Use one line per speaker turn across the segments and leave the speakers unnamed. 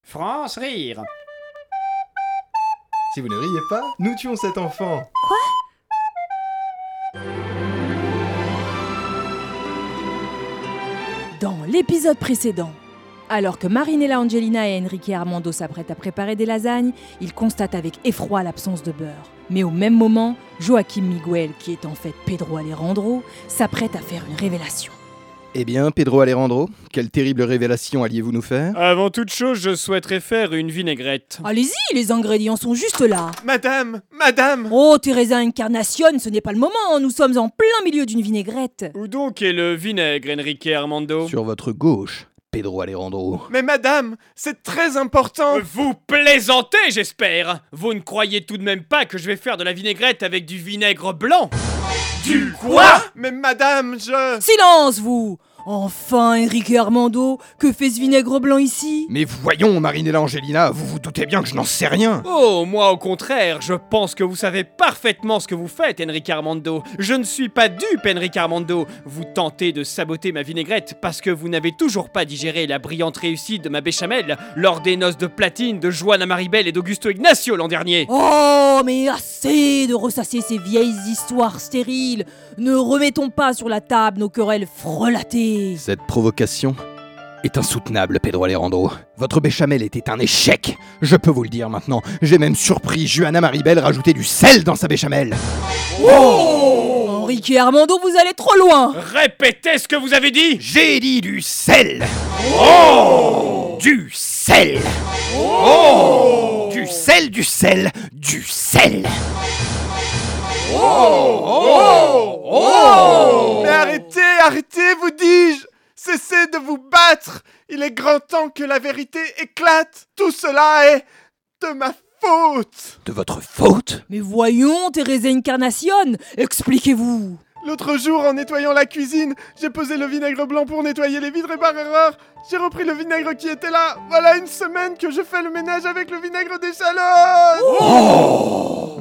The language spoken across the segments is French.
France rire.
Si vous ne riez pas, nous tuons cet enfant.
Dans l'épisode précédent, alors que Marinella Angelina et Enrique Armando s'apprêtent à préparer des lasagnes, ils constatent avec effroi l'absence de beurre. Mais au même moment, Joaquim Miguel, qui est en fait Pedro Alejandro, s'apprête à faire une révélation.
Eh bien, Pedro Alejandro, quelle terrible révélation alliez-vous nous faire
Avant toute chose, je souhaiterais faire une vinaigrette.
Allez-y, les ingrédients sont juste là.
Madame Madame
Oh, Teresa Incarnation, ce n'est pas le moment, nous sommes en plein milieu d'une vinaigrette.
Où donc est le vinaigre, Enrique Armando
Sur votre gauche, Pedro Alejandro.
Mais madame, c'est très important.
Vous plaisantez, j'espère Vous ne croyez tout de même pas que je vais faire de la vinaigrette avec du vinaigre blanc Du quoi
Mais madame, je...
Silence, vous Enfin, Enrique Armando, que fait ce vinaigre blanc ici
Mais voyons, Marinella Angelina, vous vous doutez bien que je n'en sais rien
Oh, moi au contraire, je pense que vous savez parfaitement ce que vous faites, Enrique Armando. Je ne suis pas dupe, Enrique Armando. Vous tentez de saboter ma vinaigrette parce que vous n'avez toujours pas digéré la brillante réussite de ma béchamel lors des noces de platine de Joana Maribel et d'Augusto Ignacio l'an dernier.
Oh, mais assez de ressasser ces vieilles histoires stériles. Ne remettons pas sur la table nos querelles frelatées.
Cette provocation est insoutenable, Pedro Alejandro. Votre béchamel était un échec Je peux vous le dire maintenant, j'ai même surpris Juana Maribel rajouter du sel dans sa béchamel
Enrique Armando, vous allez trop loin.
Répétez ce que vous avez dit
J'ai dit du sel Oh Du sel Oh Du sel, du sel, du sel
Mais arrêtez, arrêtez, vous dis-je Cessez de vous battre Il est grand temps que la vérité éclate Tout cela est de ma faute
De votre faute
Mais voyons, Teresa Incarnation, expliquez-vous.
L'autre jour, en nettoyant la cuisine, j'ai posé le vinaigre blanc pour nettoyer les vitres et par erreur, j'ai repris le vinaigre qui était là Voilà une semaine que je fais le ménage avec le vinaigre d'échalote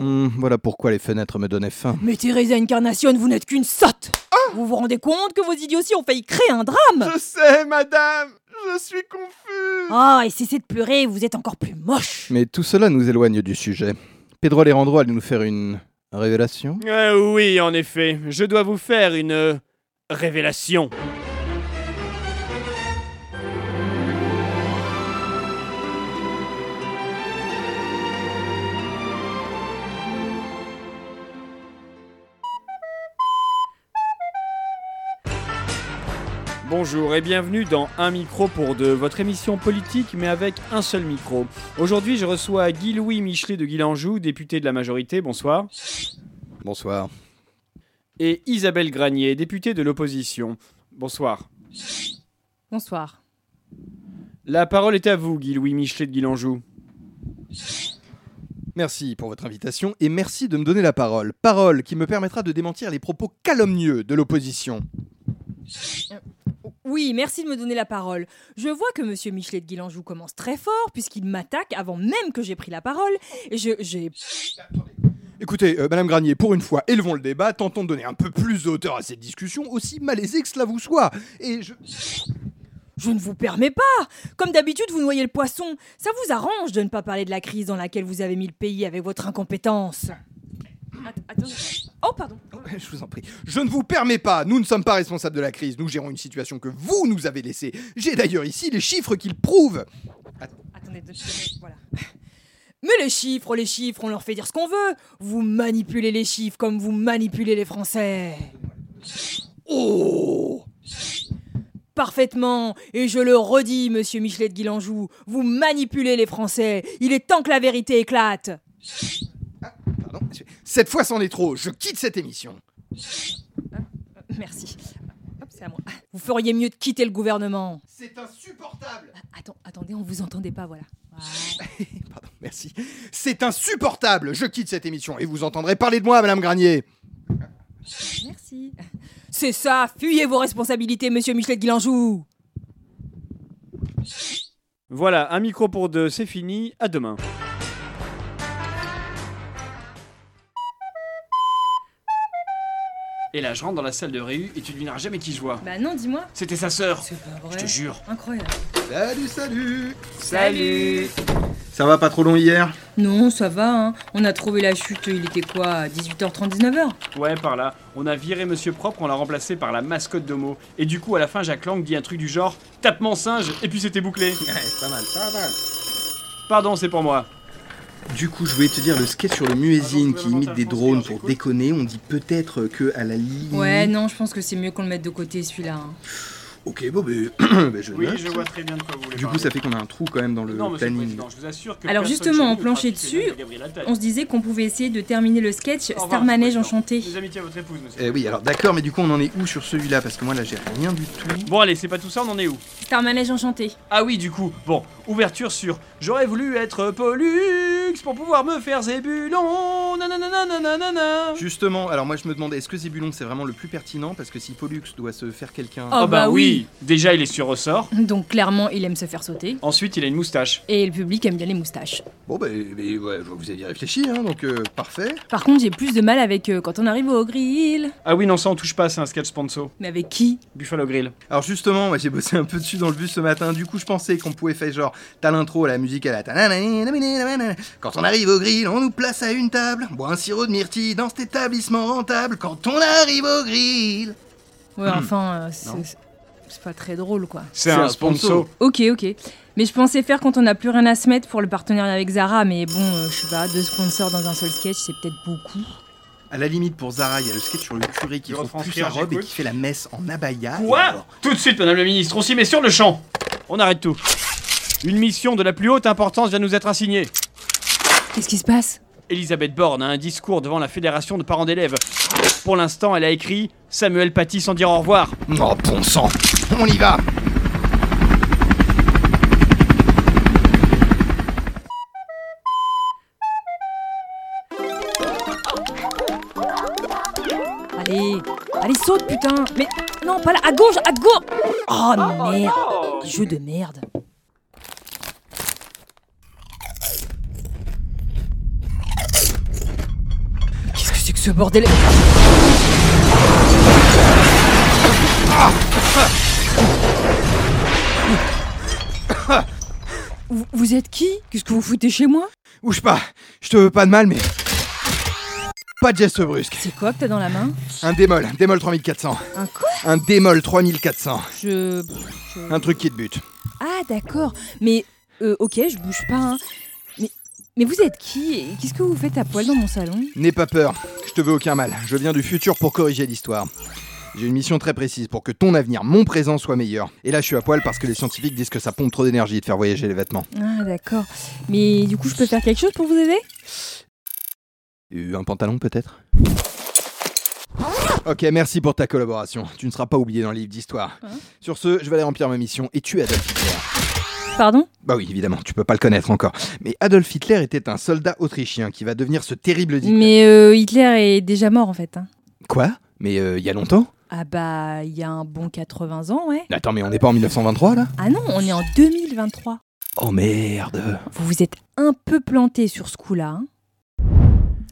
Hmm, Voilà pourquoi les fenêtres me donnaient faim.
Mais Teresa Incarnation, vous n'êtes qu'une sotte. Vous vous rendez compte que vos idioties ont failli créer un drame
Je sais, madame Je suis confuse
Ah, et cessez de pleurer, vous êtes encore plus moche.
Mais tout cela nous éloigne du sujet. Pedro Alejandro allait nous faire une révélation
Euh, oui, en effet, je dois vous faire une euh, révélation. Bonjour et bienvenue dans Un micro pour deux, votre émission politique mais avec un seul micro. Aujourd'hui, je reçois Guy-Louis Michelet de Guilanjou, député de la majorité. Bonsoir.
Bonsoir.
et Isabelle Granier, députée de l'opposition. Bonsoir.
Bonsoir.
La parole est à vous, Guy-Louis Michelet de Guilanjou.
Merci pour votre invitation et merci de me donner la parole. Parole qui me permettra de démentir les propos calomnieux de l'opposition.
Oui, merci de me donner la parole. Je vois que Monsieur Michelet de Guilanjou commence très fort puisqu'il m'attaque avant même que j'ai pris la parole. Et je, j'ai,
Écoutez, euh, Madame Granier, pour une fois, élevons le débat, tentons de donner un peu plus de hauteur à cette discussion, aussi malaisée que cela vous soit. Et je...
je ne vous permets pas. Comme d'habitude, vous noyez le poisson. Ça vous arrange de ne pas parler de la crise dans laquelle vous avez mis le pays avec votre incompétence. Att- attendez. Oh pardon.
Je vous en prie. Je ne vous permets pas, nous ne sommes pas responsables de la crise, nous gérons une situation que vous nous avez laissée. J'ai d'ailleurs ici les chiffres qui le prouvent.
Attendez deux secondes, voilà. Mais les chiffres, les chiffres, on leur fait dire ce qu'on veut. Vous manipulez les chiffres comme vous manipulez les Français.
Oh
Parfaitement, et je le redis, monsieur Michelet de Guilanjou, vous manipulez les Français. Il est temps que la vérité éclate.
Pardon. Cette fois, c'en est trop, je quitte cette émission.
Euh, Merci. Hop, c'est à moi. Vous feriez mieux de quitter le gouvernement.
C'est insupportable
Attends, attendez, on vous entendait pas, voilà. Voilà.
Pardon, merci. C'est insupportable Je quitte cette émission et vous entendrez parler de moi, Madame Granier
Merci. C'est ça, fuyez vos responsabilités, monsieur Michelet de Guilanjou.
Voilà, un micro pour deux, c'est fini, à demain. Et là, je rentre dans la salle de réu et tu devineras jamais qui je vois.
Bah non, dis-moi.
C'était sa sœur.
C'est pas
Je te jure.
Incroyable.
Salut, salut
Salut
Ça va pas trop long hier
Non, ça va, hein. on a trouvé la chute, il était quoi, à 18h30, 19h
Ouais, par là. On a viré Monsieur Propre, on l'a remplacé par la mascotte d'Homo. Et du coup, à la fin, Jacques Lang dit un truc du genre Tape-mon singe, et puis c'était bouclé.
Pas mal, pas mal.
Pardon, c'est pour moi.
Du coup, je voulais te dire le skate sur le muezzin qui imite des drones pour déconner. On dit peut-être que à la ligne.
Ouais, non, je pense que c'est mieux qu'on le mette de côté celui-là. hein.
Ok, bon, ben, ben, je
Oui,
note.
je vois très bien de quoi vous voulez
Du coup,
parler.
ça fait qu'on a un trou quand même dans le
Non, monsieur le
planning.
Président, je vous assure que
Alors,
personne
justement,
chez nous
en
ne
plancher
pratique les
dessus,
règles de Gabriel Attal.
On se disait qu'on pouvait essayer de terminer le sketch
revoir,
Star
monsieur
Manège
le président.
Enchanté.
Mes amitiés à votre épouse, monsieur.
Eh oui, alors d'accord, mais du coup, on en est où sur celui-là Parce que moi, là, j'ai rien du tout.
Bon, allez, c'est pas tout ça, on en est où
Star Manège Enchanté.
Ah oui, du coup, bon, ouverture sur J'aurais voulu être Pollux pour pouvoir me faire Zébulon. Nanana,
Ah
nanana.
Justement, alors moi, je me demandais, est-ce que Zébulon, c'est vraiment le plus pertinent Parce que si Pollux doit se faire quelqu'un.
Ah.
Oh, bah oui.
Déjà, il est sur ressort.
Donc clairement, il aime se faire sauter.
Ensuite, il a une moustache.
Et le public aime bien les moustaches.
Bon, ben, ben, ouais, je vois que vous aviez réfléchi, hein, donc euh, parfait.
Par contre, j'ai plus de mal avec euh, quand on arrive au grill.
Ah oui, non, ça, on touche pas, c'est un sketch sponsor.
Mais avec qui
Buffalo Grill.
Alors justement, moi j'ai bossé un peu dessus dans le bus ce matin, du coup je pensais qu'on pouvait faire genre t'as l'intro à la musique à la tanananananananana. Quand on arrive au grill, on nous place à une table, bois un sirop de myrtille dans cet établissement rentable, quand on arrive au grill.
Ouais,
Hmm.
enfin, euh,
Non.
c'est c'est pas très drôle quoi.
C'est
un sponsor.
Ok, ok. Mais je pensais faire quand on n'a plus rien à se mettre pour le partenariat avec Zara, mais bon, euh, je sais pas, deux sponsors dans un seul sketch, c'est peut-être beaucoup.
À la limite pour Zara, il y a le sketch sur le curé qui
Je
prend plus
retranscrire,
sa robe et
j'écoute.
qui fait la messe en abaya. Et
Quoi
alors-
Tout de suite, madame la ministre, on s'y met sur le champ On arrête tout. Une mission de la plus haute importance vient de nous être assignée.
Qu'est-ce qui se passe
Elisabeth Borne a un discours devant la Fédération de parents d'élèves. Pour l'instant, elle a écrit Samuel Paty sans dire au revoir.
Oh bon sang On y va
Allez, allez, saute putain Mais non, pas là, à gauche, à gauche Oh merde Jeu de merde Qu'est-ce que c'est que ce bordel Vous- Vous êtes qui Qu'est-ce que vous foutez chez moi
Bouge pas Je te veux pas de mal, mais. Pas de geste brusque.
C'est quoi que t'as dans la main
Un démol, démol 3400.
Un quoi
Un démol 3400.
Je...
Un truc qui te bute.
Ah d'accord, mais euh, ok, je bouge pas. hein. Mais, mais vous êtes qui et Qu'est-ce que vous faites à poil dans mon salon
N'aie pas peur, je te veux aucun mal. Je viens du futur pour corriger l'histoire. J'ai une mission très précise pour que ton avenir, mon présent, soit meilleur. Et là, je suis à poil parce que les scientifiques disent que ça pompe trop d'énergie de faire voyager les vêtements.
Ah d'accord, mais du coup je peux faire quelque chose pour vous aider
Euh, Un pantalon, peut-être Ok, merci pour ta collaboration. Tu ne seras pas oublié dans le livre d'histoire.
Hein
Sur ce, je vais aller remplir ma mission et tu Adolf Hitler.
Pardon
Bah oui, évidemment, tu peux pas le connaître encore. Mais Adolf Hitler était un soldat autrichien qui va devenir ce terrible dictateur.
Mais euh, Hitler est déjà mort en fait. hein.
Quoi Mais euh, il y a longtemps
Ah bah il y a un bon 80 ans ouais.
Attends, mais on n'est pas en 1923 là
Ah non, on est en 2023.
Oh merde
Vous vous êtes un peu planté sur ce coup-là. hein.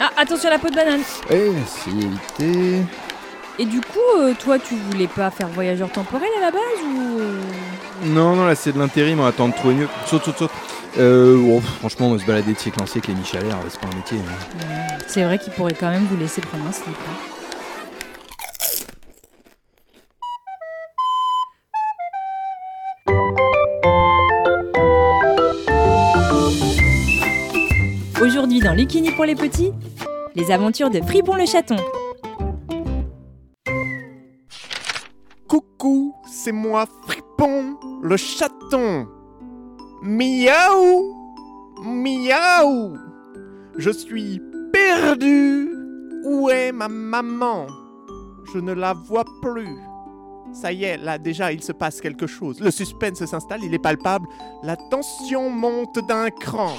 Ah attention à la peau de banane.
Eh, c'est évité.
Et du coup, euh, toi tu voulais pas faire voyageur temporel à la base ou euh
Non, non, là c'est de l'intérim, on attend de trouver mieux. Saute, saute, saute. Euh, oh, franchement, on va se balader de siècle en siècle, les Michalère, c'est pas un métier. hein.
C'est vrai qu'il pourrait quand même vous laisser prendre un slip. hein. Aujourd'hui dans Lucini pour les petits, les aventures de Fribon le chaton.
Coucou, c'est moi Fripon, le chaton. Miaou Miaou Je suis perdu. Où est ma maman Je ne la vois plus. Ça y est, là déjà il se passe quelque chose. Le suspense s'installe, il est palpable. La tension monte d'un cran.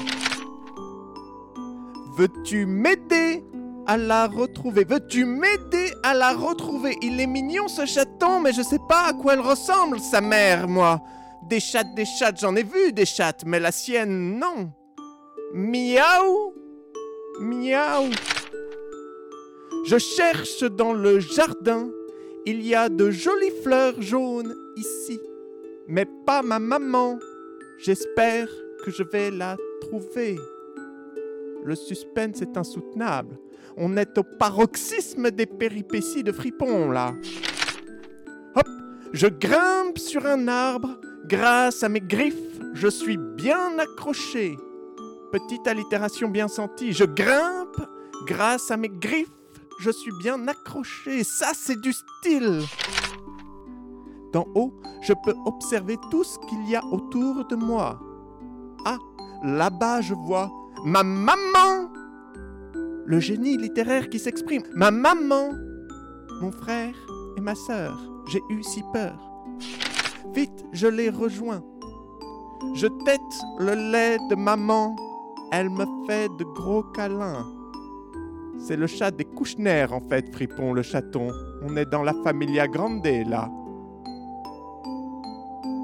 Veux-tu m'aider à la retrouver. Veux-tu m'aider à la retrouver Il est mignon ce chaton, mais je sais pas à quoi elle ressemble, sa mère, moi. Des chattes, des chattes, j'en ai vu des chattes, mais la sienne, non. Miaou Miaou Je cherche dans le jardin. Il y a de jolies fleurs jaunes ici, mais pas ma maman. J'espère que je vais la trouver. Le suspense est insoutenable. On est au paroxysme des péripéties de Fripon, là. Hop Je grimpe sur un arbre. Grâce à mes griffes, je suis bien accroché. Petite allitération bien sentie. Je grimpe. Grâce à mes griffes, je suis bien accroché. Ça, c'est du style. D'en haut, je peux observer tout ce qu'il y a autour de moi. Ah, là-bas, je vois ma maman Le génie littéraire qui s'exprime. Ma maman Mon frère et ma sœur. J'ai eu si peur. Vite, je les rejoins. Je tête le lait de maman. Elle me fait de gros câlins. C'est le chat des Kouchner, en fait, Fripon, le chaton. On est dans la familia grande, là.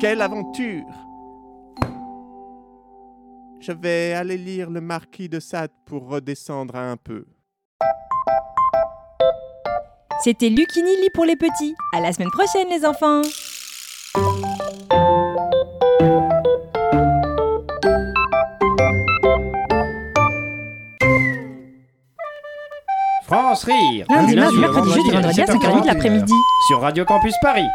Quelle aventure Je vais aller lire le marquis de Sade pour redescendre un peu.
C'était Lucini lit pour les petits. À la semaine prochaine, les enfants!
France Rire
Lundi,
Du
mardi,
au
mercredi, jeudi, vendredi à 5h30 de
17h30,
l'après-midi.
Sur Radio Campus Paris